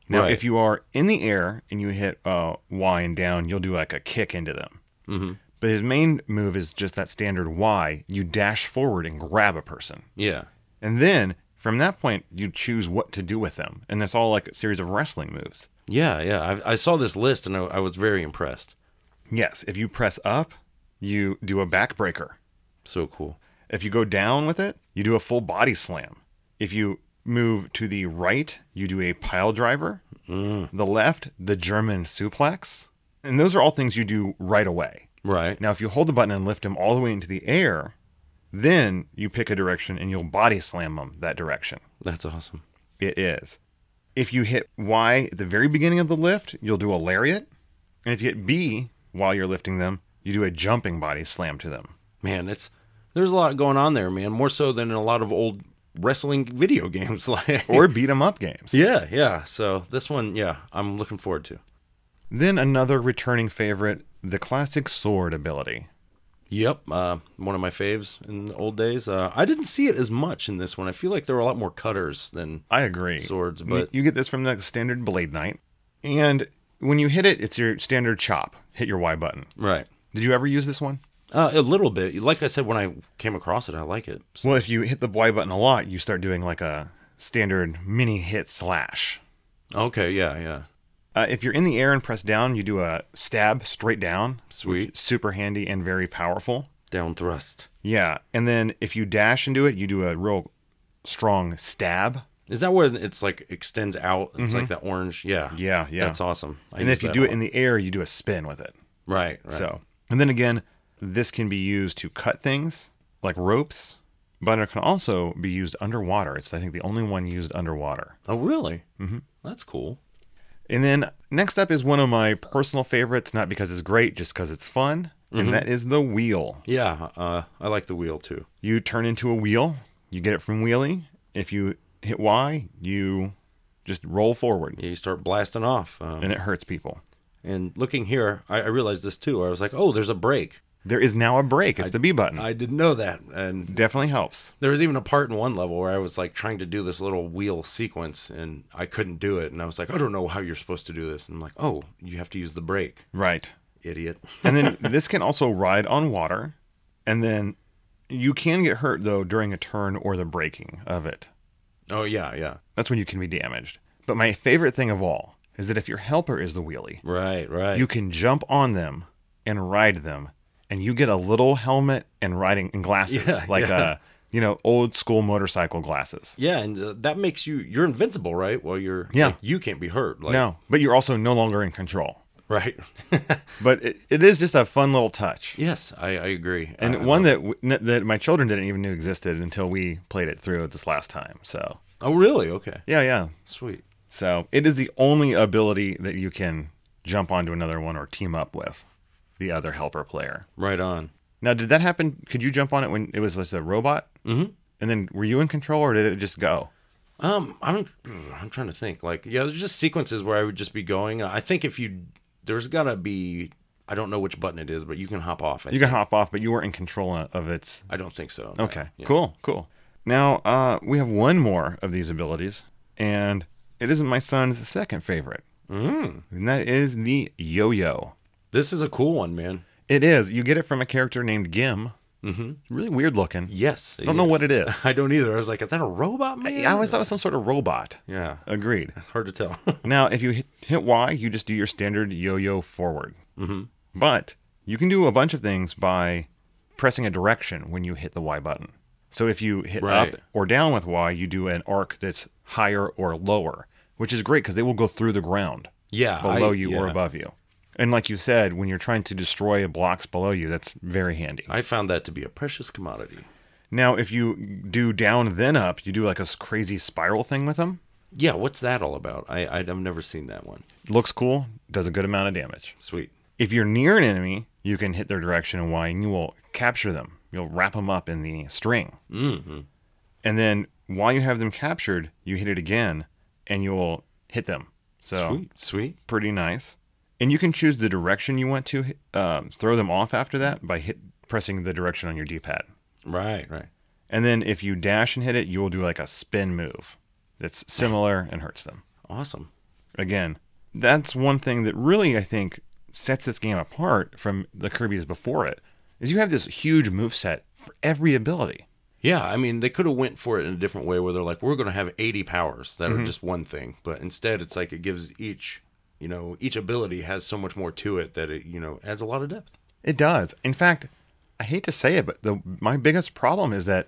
Now, Right. if you are in the air and you hit uh, Y and down, you'll do like a kick into them. Mm-hmm. But his main move is just that standard Y. You dash forward and grab a person. yeah, And then from that point, you choose what to do with them. And that's all like a series of wrestling moves. yeah, yeah. I, I saw this list and I, I was very impressed. Yes, if you press up, you do a backbreaker. So cool. If you go down with it, you do a full body slam. If you move to the right, you do a pile driver. Mm. The left, the German suplex. And those are all things you do right away. Right. Now, if you hold the button and lift them all the way into the air, then you pick a direction and you'll body slam them that direction. That's awesome. It is. If you hit Y at the very beginning of the lift, you'll do a lariat. And if you hit B while you're lifting them, you do a jumping body slam to them. man it's there's a lot going on there man more so than in a lot of old wrestling video games like Or beat 'em up games. yeah yeah so this one yeah i'm looking forward to Then another returning favorite, the classic sword ability. yep uh, one of my faves in the old days uh, i didn't see it as much in this one i feel like there were a lot more cutters than I agree. Swords, You- but- you get this from the standard blade knight, and when you hit it, it's your standard chop. Hit your Y button. Right. Did you ever use this one? Uh, a little bit. Like I said, when I came across it, I like it. So- Well, if you hit the Y button a lot, you start doing like a standard mini hit slash. okay. Yeah. Yeah. Uh, if you're in the air and press down, you do a stab straight down. Sweet. Super handy and very powerful. Down thrust. Yeah. And then if you dash into it, you do a real strong stab. Is that where it's like extends out? It's like that orange. Yeah. Yeah, Mm-hmm. yeah. That's awesome. I and use if you that do a it in the air, you do a spin with it. lot. right, right. So, and then again, this can be used to cut things like ropes, but it can also be used underwater. It's, I think, the only one used underwater. Oh, really? Mm-hmm. That's cool. And then next up is one of my personal favorites, not because it's great, just because it's fun, Mm-hmm. and that is the wheel. Yeah. Uh, I like the wheel too. You turn into a wheel, you get it from wheelie. If you hit Y, you just roll forward, Yeah, you start blasting off. Um, and it hurts people. and looking here, I, I realized this too. I was like, oh, there's a break. There is now a break. It's the B button. I didn't know that. And Definitely helps. there was even a part in one level where I was like trying to do this little wheel sequence and I couldn't do it. And I was like, I don't know how you're supposed to do this. And I'm like, oh, you have to use the brake, Right. idiot. and then this can also ride on water and then you can get hurt though during a turn or the braking of it oh, yeah, yeah. that's when you can be damaged but my favorite thing of all is that if your helper is the wheelie Right, right. you can jump on them and ride them and you get a little helmet and riding and glasses Yeah, like yeah. uh you know old school motorcycle glasses yeah, and uh, that makes you, you're invincible, right? Well, you're, Yeah. like, you can't be hurt. Like, no but you're also no longer in control Right. but it, it is just a fun little touch yes, I, I agree. Uh, and I- I one love- that w- n- that my children didn't even know existed until we played it through this last time so Oh, really? Okay. Yeah, yeah. Sweet. So it is the only ability that you can jump onto another one or team up with the other helper player. Right on. Now, did that happen? Could you jump on it when it was just a robot? Mm-hmm. And then were you in control or did it just go? Um, I'm I'm trying to think. Like, yeah, there's just sequences where I would just be going. I think if you there's gotta be I don't know which button it is, but you can hop off. I, You can hop off, but you weren't in control of its. I don't think so. no. Okay, cool, cool. Now, uh, we have one more of these abilities, and it isn't my son's second favorite, Mm. and that is the yo yo. This is a cool one, man. It is. You get it from a character named Gim. Mm-hmm. Really weird looking. Yes. I don't know what it is. I don't either. I was like, is that a robot man? I always thought it was some sort of robot. Yeah. Agreed. Hard to tell. Now, if you hit, hit Y, you just do your standard yo-yo forward. Mhm. But you can do a bunch of things by pressing a direction when you hit the Y button. So if you hit Right. up or down with Y, you do an arc that's higher or lower, which is great because they will go through the ground yeah. below I- you or yeah. above you. And like you said, when you're trying to destroy blocks below you, that's very handy. I found that to be a precious commodity. Now, if you do down then up, you do like a s- crazy spiral thing with them. Yeah, what's that all about? I, I I've never seen that one. Looks cool, does a good amount of damage. Sweet. If you're near an enemy, you can hit their direction and Y, and you will capture them. You'll wrap them up in the string. Mm-hmm. And then while you have them captured, you hit it again and you'll hit them. So Sweet. Sweet. pretty nice. And you can choose the direction you want to um, throw them off after that by hit pressing the direction on your D pad. Right, right. And then if you dash and hit it, you will do like a spin move that's similar and hurts them. Awesome. again, that's one thing that really I think sets this game apart from the Kirby's before it is you have this huge move set for every ability. Yeah, I mean, they could have went for it in a different way where they're like, we're going to have 80 powers that are just one thing. But instead, it's like it gives each, you know, each ability has so much more to it that it, you know, adds a lot of depth. It does. In fact, I hate to say it, but the my biggest problem is that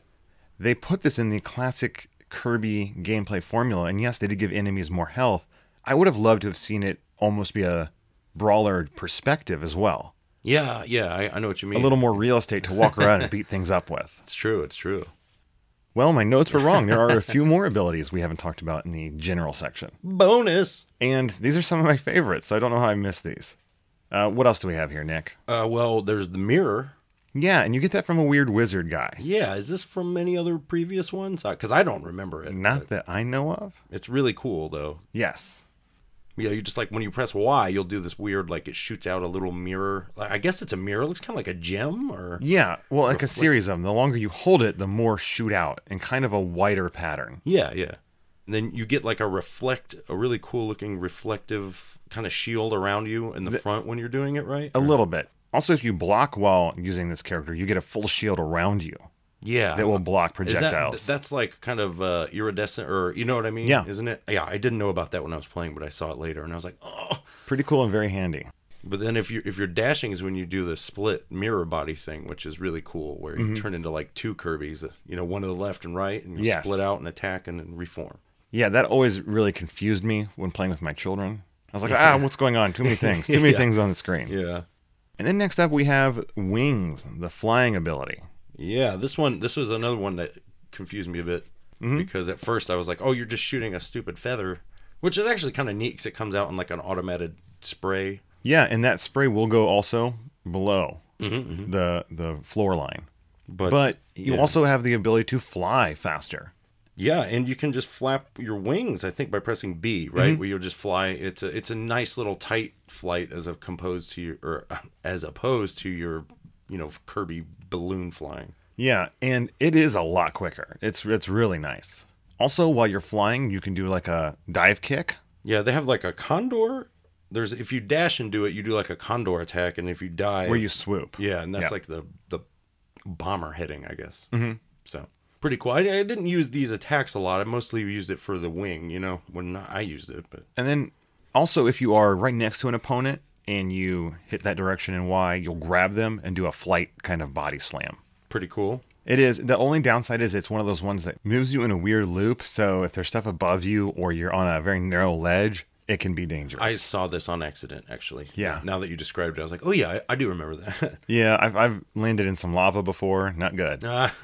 they put this in the classic Kirby gameplay formula, and yes, they did give enemies more health. I would have loved to have seen it almost be a brawler perspective as well. Yeah, yeah, I, I know what you mean. A little more real estate to walk around and beat things up with. It's true. It's true. Well, my notes were wrong. There are a few more abilities we haven't talked about in the general section. Bonus. And these are some of my favorites, so I don't know how I missed these. Uh, what else do we have here, Nick? Uh, well, there's the mirror. Yeah, and you get that from a weird wizard guy. Yeah, is this from any other previous ones? Because I don't remember it. Not that I know of. It's really cool, though. Yes. Yeah, you just like when you press Y, you'll do this weird, like it shoots out a little mirror. Like, I guess it's a mirror. It looks kind of like a gem or. Yeah, well, like a series of them. The longer you hold it, the more shoot out and kind of a wider pattern. Yeah, yeah. And then you get like a reflect, a really cool looking reflective kind of shield around you in the, front when you're doing it, right? A little bit. Also, if you block while using this character, you get a full shield around you yeah. that will block Uh, Is that- projectiles. that's like kind of uh, iridescent, or you know what I mean? Yeah. Isn't it? Yeah, I didn't know about that when I was playing, but I saw it later, and I was like, oh. Pretty cool and very handy. But then if you if you're dashing is when you do the split mirror body thing, which is really cool, where you Mm-hmm. turn into like two Kirby's, uh, you know, one to the left and right, and you Yes. split out and attack and then reform. Yeah, that always really confused me when playing with my children. I was like, ah, what's going on? Too many things. Too many Yeah. things on the screen. Yeah. And then next up, we have Wings, the flying ability. Yeah, this one, this was another one that confused me a bit because at first I was like, "Oh, you're just shooting a stupid feather," which is actually kind of neat because it comes out in like an automated spray. Yeah, and that spray will go also below the the floor line. Mm-hmm, But, But you yeah. also have the ability to fly faster. yeah, and you can just flap your wings, I think, by pressing B, right? Where you'll just fly. It's a it's a nice little tight flight as a composed to your or uh, as opposed to your you know Kirby balloon flying. Yeah, and it is a lot quicker. It's it's really nice. Also, while you're flying, you can do like a dive kick. Yeah, they have like a condor. There's if you dash and do it, you do like a condor attack, and if you die, Where you swoop. Yeah, and that's Yeah. like the the bomber heading, I guess. Mm-hmm. So pretty cool. I, I didn't use these attacks a lot. I mostly used it for the wing. You know, when I used it, but And then also, if you are right next to an opponent and you hit that direction and Y, you'll grab them and do a flight kind of body slam. pretty cool. It is. The only downside is it's one of those ones that moves you in a weird loop. So if there's stuff above you or you're on a very narrow ledge, it can be dangerous. I saw this on accident, actually. Yeah. Now that you described it, I was like, oh yeah, I, I do remember that. yeah, I've, I've landed in some lava before. Not good. Ah,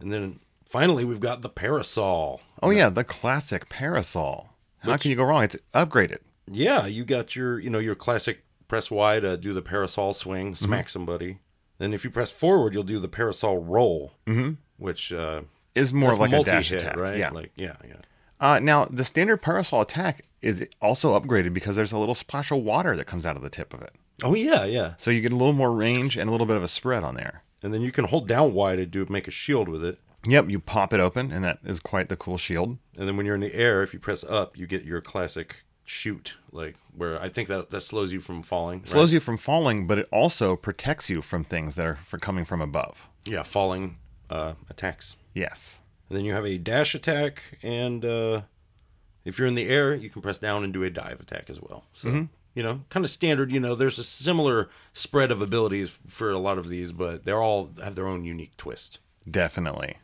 and then finally, we've got the parasol. Oh, yeah, the classic parasol. How can you go wrong? It's upgraded. Yeah, you got your you know your classic press Y to do the parasol swing, Mm-hmm. smack somebody. Then if you press forward, you'll do the parasol roll, mm-hmm. which uh, Is more that's of like a dash multi-hit, attack, right? Yeah. Like yeah, yeah. uh, now the standard parasol attack is also upgraded because there's a little splash of water that comes out of the tip of it. Oh yeah, yeah. So you get a little more range and a little bit of a spread on there. And then you can hold down Y to do make a shield with it. Yep, you pop it open, and that is quite the cool shield. And then when you're in the air, if you press up, you get your classic shoot, like where I think that that slows you from falling. Slows you from falling, but it also protects you from things that are for coming from above. Yeah, falling uh, attacks. Yes. And then you have a dash attack, and uh, if you're in the air, you can press down and do a dive attack as well. So you know, kind of standard. You know, there's a similar spread of abilities for a lot of these, but they're all have their own unique twist. Definitely.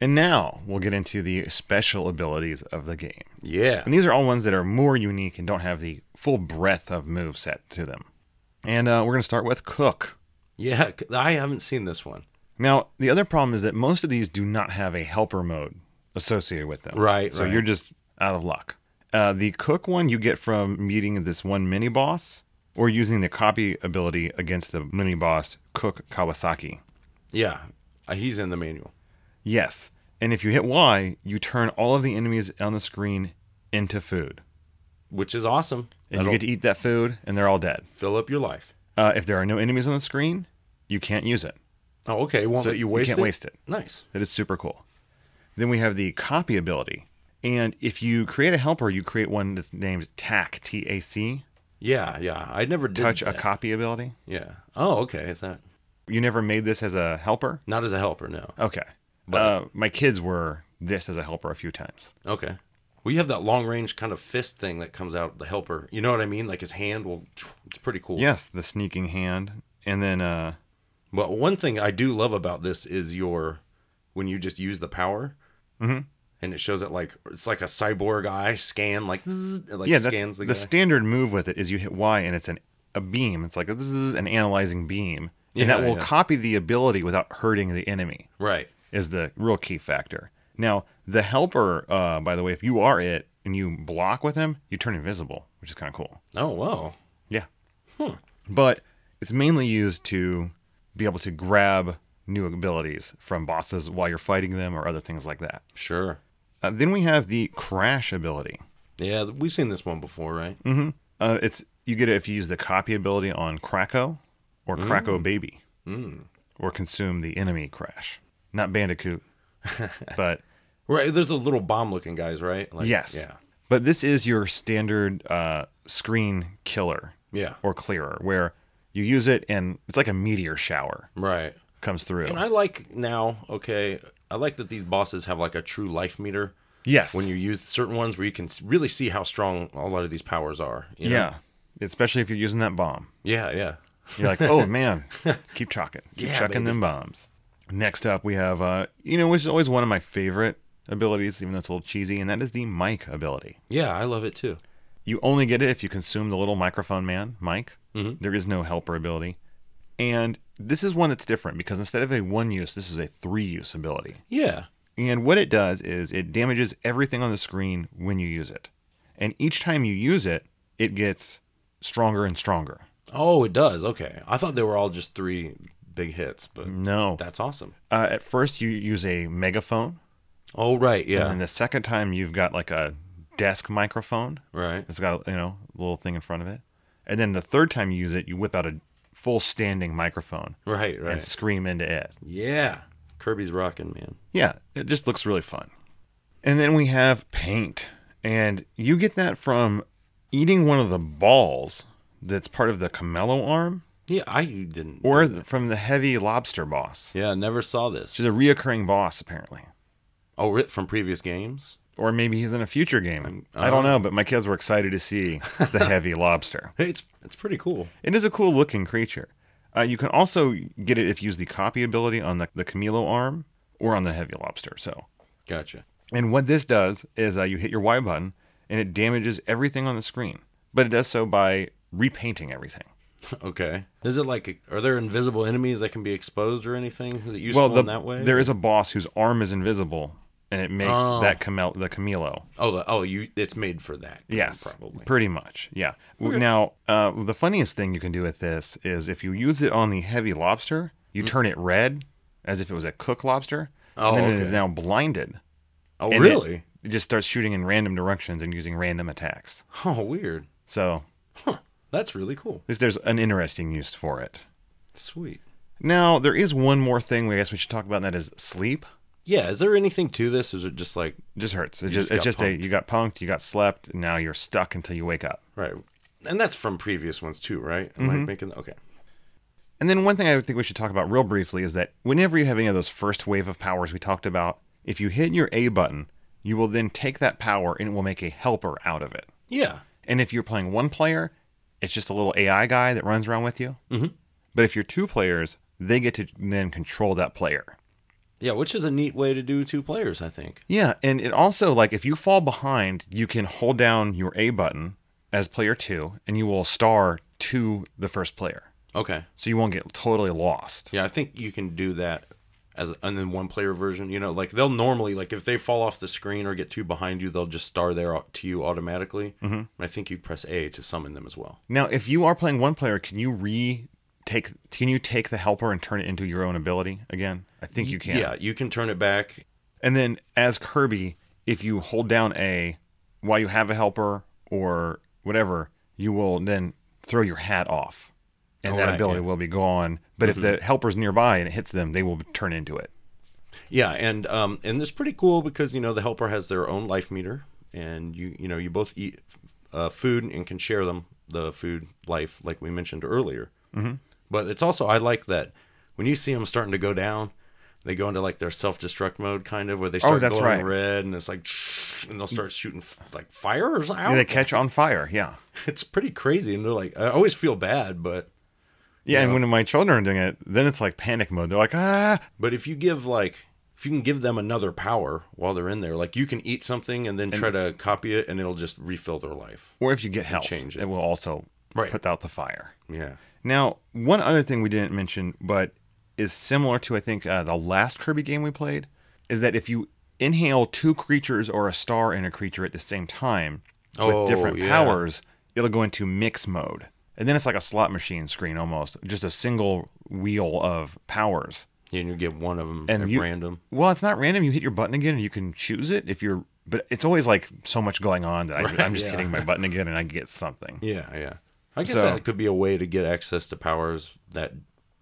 And now we'll get into the special abilities of the game. Yeah. And these are all ones that are more unique and don't have the full breadth of move set to them. And uh, we're going to start with Cook. Yeah, c- I haven't seen this one. Now, the other problem is that most of these do not have a helper mode associated with them. Right, So right. you're just out of luck. Uh, the cook one you get from meeting this one mini boss or using the copy ability against the mini boss, Cook Kawasaki. Yeah, uh, he's in the manual. Yes. And if you hit Y, you turn all of the enemies on the screen into food. which is awesome. And That'll you get to eat that food, and they're all dead. fill up your life. Uh, if there are no enemies on the screen, you can't use it. Oh, okay. Won't So let you waste can't it. waste it. Nice. That is super cool. Then we have the copy ability. And if you create a helper, you create one that's named TAC, T A C, Yeah, yeah. I never did touch a that. copy ability. Yeah. Oh, okay. Is that You never made this as a helper? not as a helper? No. Okay. Uh, my kids were this as a helper a few times. Okay. We have that long range kind of fist thing that comes out of the helper. You know what I mean? Like his hand will. It's pretty cool. Yes, the sneaking hand. And then, uh, But one thing I do love about this is your when you just use the power. Mm-hmm. And it shows it like it's like a cyborg eye scan, like, zzz, it like yeah, that's scans the, the, guy. standard move with it is you hit Y and it's an, a beam. It's like this is an analyzing beam. And Yeah, that will yeah. copy the ability without hurting the enemy. right. is the real key factor. Now, the helper, uh, by the way, if you are it and you block with him, you turn invisible, which is kind of cool. Oh wow. Yeah. But it's mainly used to be able to grab new abilities from bosses while you're fighting them or other things like that. Sure. Uh, then we have the crash ability. Yeah, we've seen this one before, right? Uh, it's you get it if you use the copy ability on Krako or Krako Baby, or consume the enemy crash. Not Bandicoot, but Right, there's the little bomb looking guys, right? Like, yes. Yeah. But this is your standard uh, screen killer Yeah. or clearer, where you use it and it's like a meteor shower Right. comes through. And I like now, okay, I like that these bosses have like a true life meter yes. when you use certain ones where you can s- really see how strong a lot of these powers are. you know? yeah. Especially if you're using that bomb. Yeah, yeah. You're like, oh man, keep chucking, keep Yeah, chucking baby. them bombs. Next up, we have, uh, you know, which is always one of my favorite abilities, even though it's a little cheesy, and that is the mic ability. Yeah, I love it too. You only get it if you consume the little microphone man, mic. There is no helper ability. And this is one that's different because instead of a one use, this is a three use ability. Yeah. And what it does is it damages everything on the screen when you use it. And each time you use it, it gets stronger and stronger. Oh, it does. Okay. I thought they were all just three big hits, but No. that's awesome. Uh, at first, you use a megaphone. Oh, right. And Yeah. the second time, you've got like a desk microphone. Right. It's got, you know, a little thing in front of it. And then the third time you use it, you whip out a full standing microphone Right, right. and scream into it. Yeah. Kirby's rocking, man. Yeah, it just looks really fun. And then we have paint. And you get that from eating one of the balls that's part of the Camelo arm Yeah, I didn't. or th- from the heavy lobster boss, yeah, never saw this. which is a reoccurring boss, apparently. Oh, ri- from previous games? Or maybe he's in a future game. I don't know, but my kids were excited to see the heavy lobster. Hey, it's it's pretty cool. It is a cool looking creature. Uh, you can also get it if you use the copy ability on the, the Camelo arm or on the heavy lobster. So Gotcha. And what this does is uh, you hit your Y button and it damages everything on the screen, but it does so by repainting everything. Okay. Is it like are there invisible enemies that can be exposed or anything? Is it useful Well, the, in that way? there is a boss whose arm is invisible and it makes Oh. that Camel- the Camilo. Oh, the, oh, you it's made for that. then, Yes, probably. pretty much. Yeah. W Now, uh, the funniest thing you can do with this is if you use it on the heavy lobster, you turn it red as if it was a cooked lobster, Mm. Oh, and then it okay. is now blinded. Oh, And it- really? It just starts shooting in random directions and using random attacks. Oh, weird. So That's really cool. At least there's an interesting use for it. Sweet. Now, there is one more thing we I guess we should talk about, and that is sleep. Yeah. Is there anything to this? Or is it just like It just hurts. It just just, it's got just a you got punked, you got slept, and now you're stuck until you wake up. right? And that's from previous ones too, right? Am Mm-hmm. I making okay? And then one thing I think we should talk about real briefly is that whenever you have any of those first wave of powers we talked about, if you hit your A button, you will then take that power and it will make a helper out of it. Yeah. And if you're playing one player, it's just a little AI guy that runs around with you. Mm-hmm. But if you're two players, they get to then control that player. Yeah, which is a neat way to do two players, I think. Yeah, and it also like if you fall behind, you can hold down your A button as player two, and you will star to the first player, Okay. so you won't get totally lost. Yeah, I think you can do that as and then one player version. You know, like they'll normally like if they fall off the screen or get too behind you, they'll just star there au- to you automatically. Mm-hmm. And I think you press A to summon them as well. Now, if you are playing one player, can you re take? Can you take the helper and turn it into your own ability again? I think you can. Yeah, you can turn it back. And then as Kirby, if you hold down A while you have a helper or whatever, you will then throw your hat off. And Oh, that right, ability yeah. Mm-hmm. will be gone. But if the helper's nearby and it hits them, they will turn into it. Yeah, and um and it's pretty cool because you know the helper has their own life meter, and you you know you both eat uh, food and can share them the food life like we mentioned earlier. Mm-hmm. But it's also I like that when you see them starting to go down. They go into like their self destruct mode, kind of, where they start Oh, that's glowing right. red, and it's like, and they'll start shooting f- like fire or something. Yeah, they catch on fire. Yeah. It's pretty crazy, and they're like, I always feel bad, but Yeah. And when my children are doing it, then it's like panic mode. They're like, ah. But if you give like if you can give them another power while they're in there, like you can eat something and then try to copy it and it'll just refill their life. Or if you get help, change it. it. will also Right. put out the fire. Yeah. Now, one other thing we didn't mention, but is similar to, I think, uh, the last Kirby game we played, is that if you inhale two creatures or a star and a creature at the same time with Oh, different yeah. powers, it'll go into mix mode. And then it's like a slot machine screen almost, just a single wheel of powers. And you get one of them And at you- random. Well, it's not random. You hit your button again and you can choose it if you're, but it's always like so much going on that I, I'm just yeah. hitting my button again and I get something. Yeah, yeah. I guess So- that could be a way to get access to powers that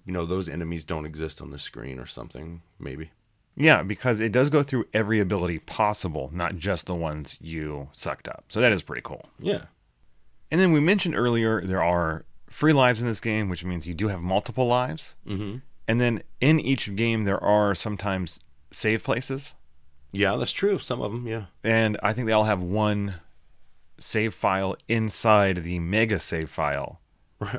you know those enemies don't exist on the screen or something. Maybe. Yeah, because it does go through every ability possible, not just the ones you sucked up. So that is pretty cool. Yeah. And then we mentioned earlier there are free lives in this game, which means you do have multiple lives. Mm-hmm. And then in each game, there are sometimes save places. Yeah, that's true. Some of them, yeah. And I think they all have one save file inside the mega save file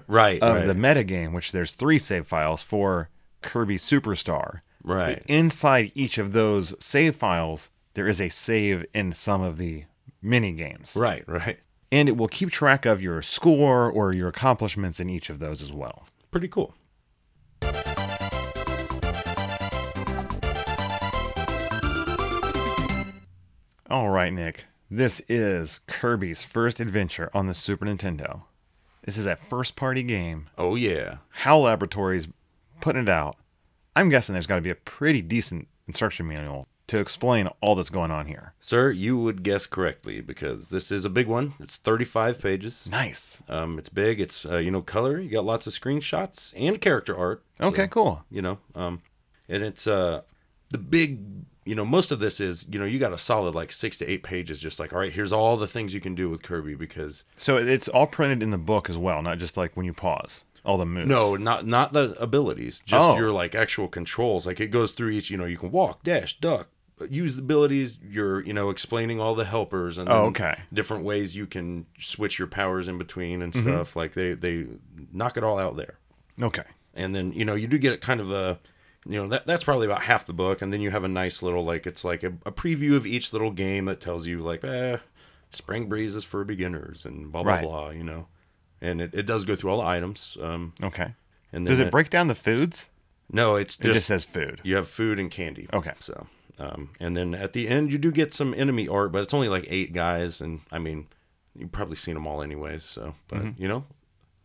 Right. of right. the meta game, which there's three save files for Kirby Superstar. right. Inside each of those save files, there is a save in some of the mini games. Right. Right. And it will keep track of your score or your accomplishments in each of those as well. Pretty cool. All right, Nick. This is Kirby's first adventure on the Super Nintendo. This is a first party game. Oh yeah. HAL Laboratories putting it out. I'm guessing there's got to be a pretty decent instruction manual to explain all that's going on here. Sir, you would guess correctly because this is a big one. It's 35 pages. Nice. Um, it's big. It's uh, you know color. You got lots of screenshots and character art. So, Okay, cool. You know, um, and it's uh the big. You know, most of this is you know you got a solid like six to eight pages. Just like all right, here's all the things you can do with Kirby because So it's all printed in the book as well, not just like when you pause, all the moves. No, not not the abilities. Just Oh. your like actual controls. Like it goes through each. You know, you can walk, dash, duck, use the abilities. You're you know explaining all the helpers and Oh, then okay. different ways you can switch your powers in between Mm-hmm. and stuff. Like they they knock it all out there. Okay. And then you know you do get kind of a you know that that's probably about half the book. And then you have a nice little like it's like a, a preview of each little game that tells you like eh, spring breeze is for beginners and blah blah Right. blah. You know. And it, it does go through all the items. Um, Okay. and Does then it break down the foods? no, it's It just, just, says food. you have food and candy. Okay. So, um, and then at the end you do get some enemy art, but it's only like eight guys, and I mean, you've probably seen them all anyways. So, but Mm-hmm. you know,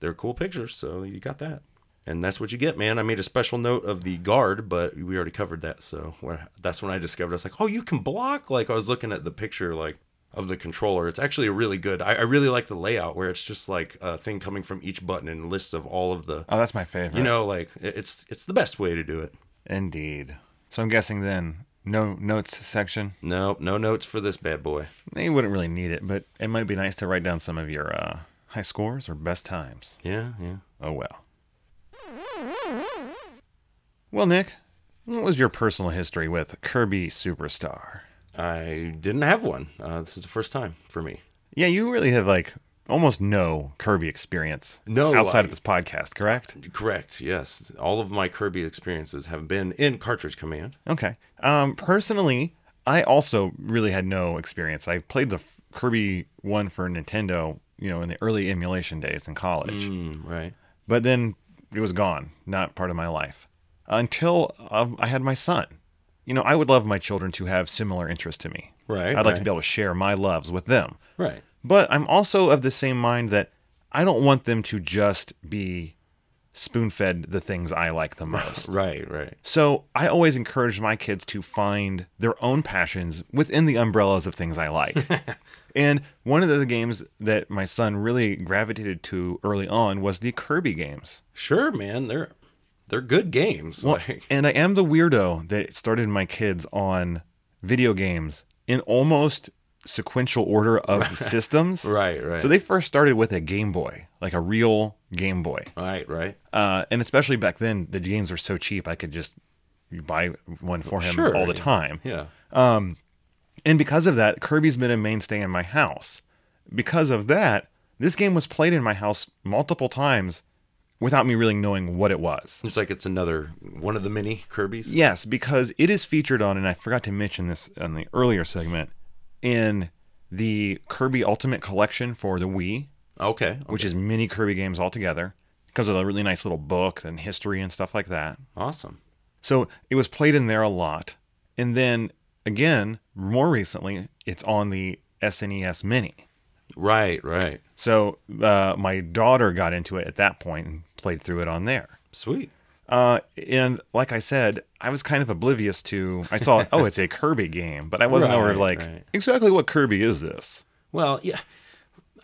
they're cool pictures, so you got that, and that's what you get, man. I made a special note of the guard, but we already covered that, so when, that's when I discovered I was like, oh, you can block. Like I was looking at the picture, like. Of the controller, it's actually a really good. I, I really like the layout where it's just like a thing coming from each button and lists of all of the Oh, that's my favorite. you know like it- it's it's the best way to do it Indeed. So I'm guessing then no notes section. no no notes for this bad boy You wouldn't really need it, but it might be nice to write down some of your uh, high scores or best times. yeah yeah Oh well. Well, Nick, what was your personal history with Kirby Superstar? i didn't have one uh, this is the first time for me Yeah, you really have like almost no Kirby experience. No, outside I- of this podcast, correct? correct yes all of my kirby experiences have been in cartridge command Okay. Um, personally, I also really had no experience. I played the f- Kirby one for Nintendo, you know, in the early emulation days in college. mm, right but then it was gone, not part of my life until um, I had my son. You know, I would love my children to have similar interests to me. Right, I'd like right. to be able to share my loves with them. right But I'm also of the same mind that I don't want them to just be spoon fed the things I like the most. right right so I always encourage my kids to find their own passions within the umbrellas of things I like. and one of the games that my son really gravitated to early on was the Kirby games. sure man they're they're good games like And I am the weirdo that started my kids on video games in almost sequential order of systems. right right So they first started with a Game Boy, like a real Game Boy. right right Uh, and especially back then, the games were so cheap, I could just buy one for him Sure, all the yeah. time. yeah And because of that, Kirby's been a mainstay in my house. Because of that, this game was played in my house multiple times without me really knowing what it was. it's like it's another one of the mini kirby's Yes, because it is featured on, and I forgot to mention this on the earlier segment, in the Kirby Ultimate Collection for the Wii, okay which is many Kirby games altogether. It comes with a really nice little book and history and stuff like that. awesome So it was played in there a lot. And then again, more recently, it's on the SNES Mini. right right So uh, my daughter got into it at that point and played through it on there. sweet Uh, and like I said, I was kind of oblivious to. I saw, oh, it's a Kirby game, but I wasn't aware of Right, like right. exactly what Kirby is this. Well, yeah.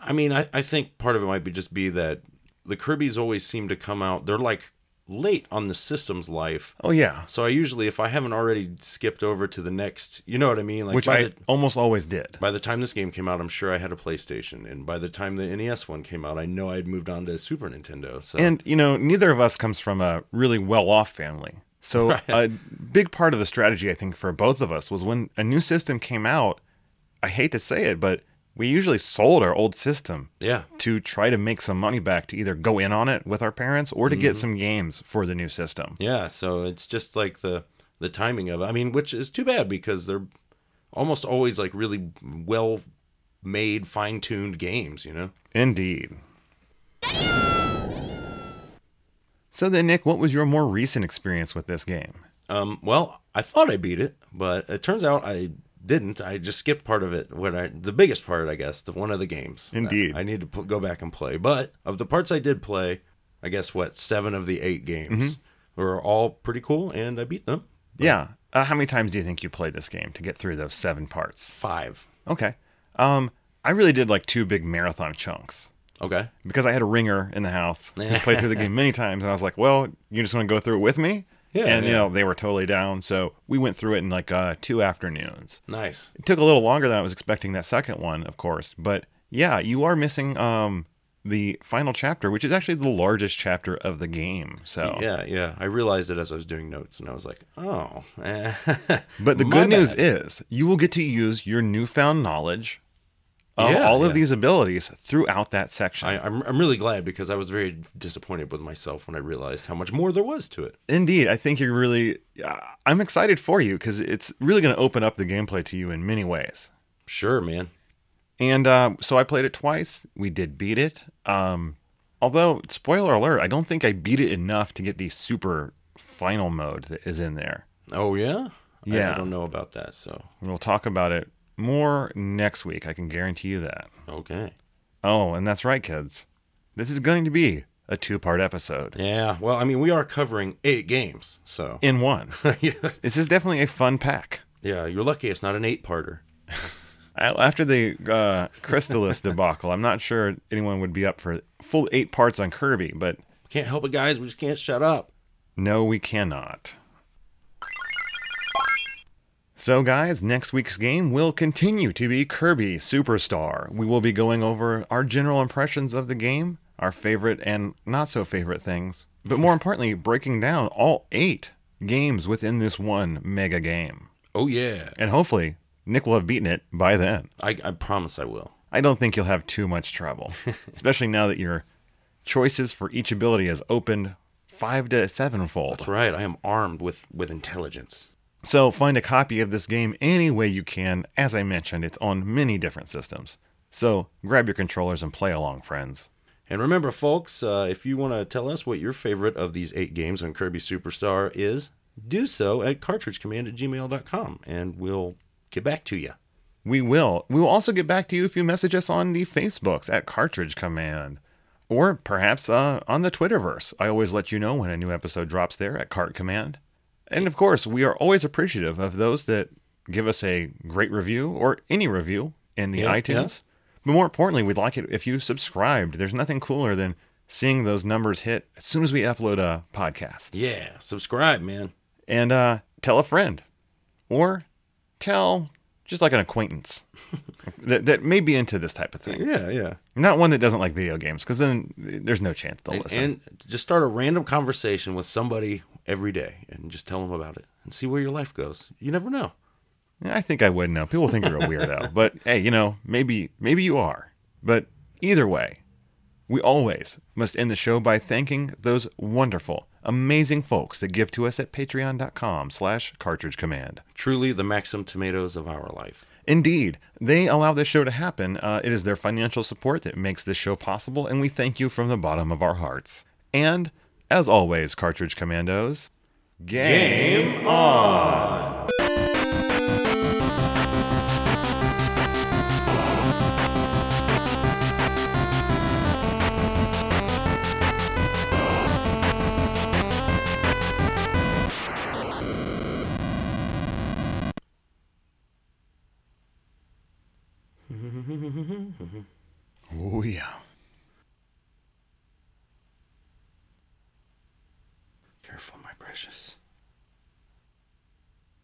I mean, I, I think part of it might be just be that the Kirby's always seem to come out. They're like late on the system's life. Oh yeah, So I usually, if I haven't already skipped over to the next, you know what I mean? Like which by I the, almost always did. by the time this game came out, I'm sure I had a PlayStation, and by the time the NES one came out, I know I'd moved on to Super Nintendo. So And you know, neither of us comes from a really well-off family. So a big part of the strategy I think for both of us was when a new system came out, I hate to say it, but we usually sold our old system yeah, to try to make some money back to either go in on it with our parents or to get some games for the new system. yeah. So it's just like the the timing of it. I mean, which is too bad because they're almost always like really well made, fine tuned games. You know? Indeed. So then Nick, what was your more recent experience with this game? Um, well, I thought I beat it, but it turns out I didn't. I just skipped part of it. When I the biggest part, I guess, the one of the games. that Indeed. I need to pl- go back and play. But of the parts I did play, I guess what seven of the eight games were all pretty cool, and I beat them Yeah. Uh, how many times do you think you played this game to get through those seven parts? five. Okay. Um, I really did like two big marathon chunks Okay. because I had a ringer in the house who played through the game many times, and I was like, "Well, you just want to go through it with me?" Yeah, And you yeah. know they were totally down, so we went through it in like uh, two afternoons. Nice. It took a little longer than I was expecting that second one, of course, but yeah, you are missing um the final chapter, which is actually the largest chapter of the game. So Yeah, yeah. I realized it as I was doing notes, and I was like, oh. eh. But the My good news bad. is you will get to use your newfound knowledge of Yeah, all of yeah. these abilities throughout that section. I, I'm, I'm really glad because I was very disappointed with myself when I realized how much more there was to it. Indeed, I think you're really. Uh, I'm excited for you because it's really going to open up the gameplay to you in many ways. Sure, man. And uh, so I played it twice. We did beat it. Um, although, spoiler alert, I don't think I beat it enough to get the super final mode that is in there. Oh yeah. I- I, Yeah. don't know about that. So We'll talk about it more next week. I can guarantee you that. okay. Oh, and that's right, kids. This is going to be a two part episode Yeah. Well, I mean, we are covering eight games, so in one. yeah. this is definitely a fun pack. yeah. You're lucky it's not an eight-parter. I- After the uh, Crystalis debacle, I'm not sure anyone would be up for full eight parts on Kirby, but We can't help it, guys. We just can't shut up. no, we cannot. So, guys, next week's game will continue to be Kirby Superstar. We will be going over our general impressions of the game, our favorite and not so favorite things, but more importantly, breaking down all eight games within this one mega game. Oh yeah. And hopefully, Nick will have beaten it by then. I, I promise I will. I don't think you'll have too much trouble, especially now that your choices for each ability has opened five to That's sevenfold. right. I am armed with with intelligence. So find a copy of this game any way you can. As I mentioned, it's on many different systems. So grab your controllers and play along, friends. And remember, folks, uh, if you want to tell us what your favorite of these eight games on Kirby Superstar is, do so at cartridgecommand at gmail.com and we'll get back to you. We will. We will also get back to you if you message us on the Facebooks at Cartridge Command. Or perhaps uh, on the Twitterverse. I always let you know when a new episode drops there at Cart Command. And of course, we are always appreciative of those that give us a great review or any review in the Yeah, iTunes. But more importantly, we'd like it if you subscribed. There's nothing cooler than seeing those numbers hit as soon as we upload a podcast. Yeah. Subscribe, man. And uh, tell a friend or tell just like an acquaintance that, that may be into this type of thing. Yeah, yeah. Not one that doesn't like video games, because then there's no chance they'll and, listen. and just start a random conversation with somebody every day and just tell them about it and see where your life goes. You never know. I think I would know. People think you're a weirdo, but hey, you know, maybe maybe you are. But either way, we always must end the show by thanking those wonderful, amazing folks that give to us at patreon.com slash cartridge command. Truly the Maxim tomatoes of our life. Indeed, they allow this show to happen. Uh, it is their financial support that makes this show possible, and we thank you from the bottom of our hearts. And, as always, Cartridge Commandos, game Oh, yeah. precious.